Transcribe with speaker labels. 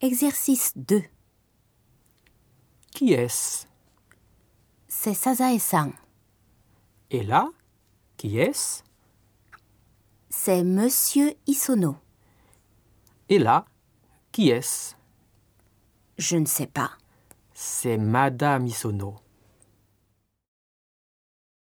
Speaker 1: Exercice 2.
Speaker 2: Qui est-ce
Speaker 1: C'est Sazae-san.
Speaker 2: Et là Qui est-ce
Speaker 1: C'est Monsieur Isono.
Speaker 2: Et là Qui est-ce
Speaker 1: Je ne sais pas.
Speaker 2: C'est Madame Isono.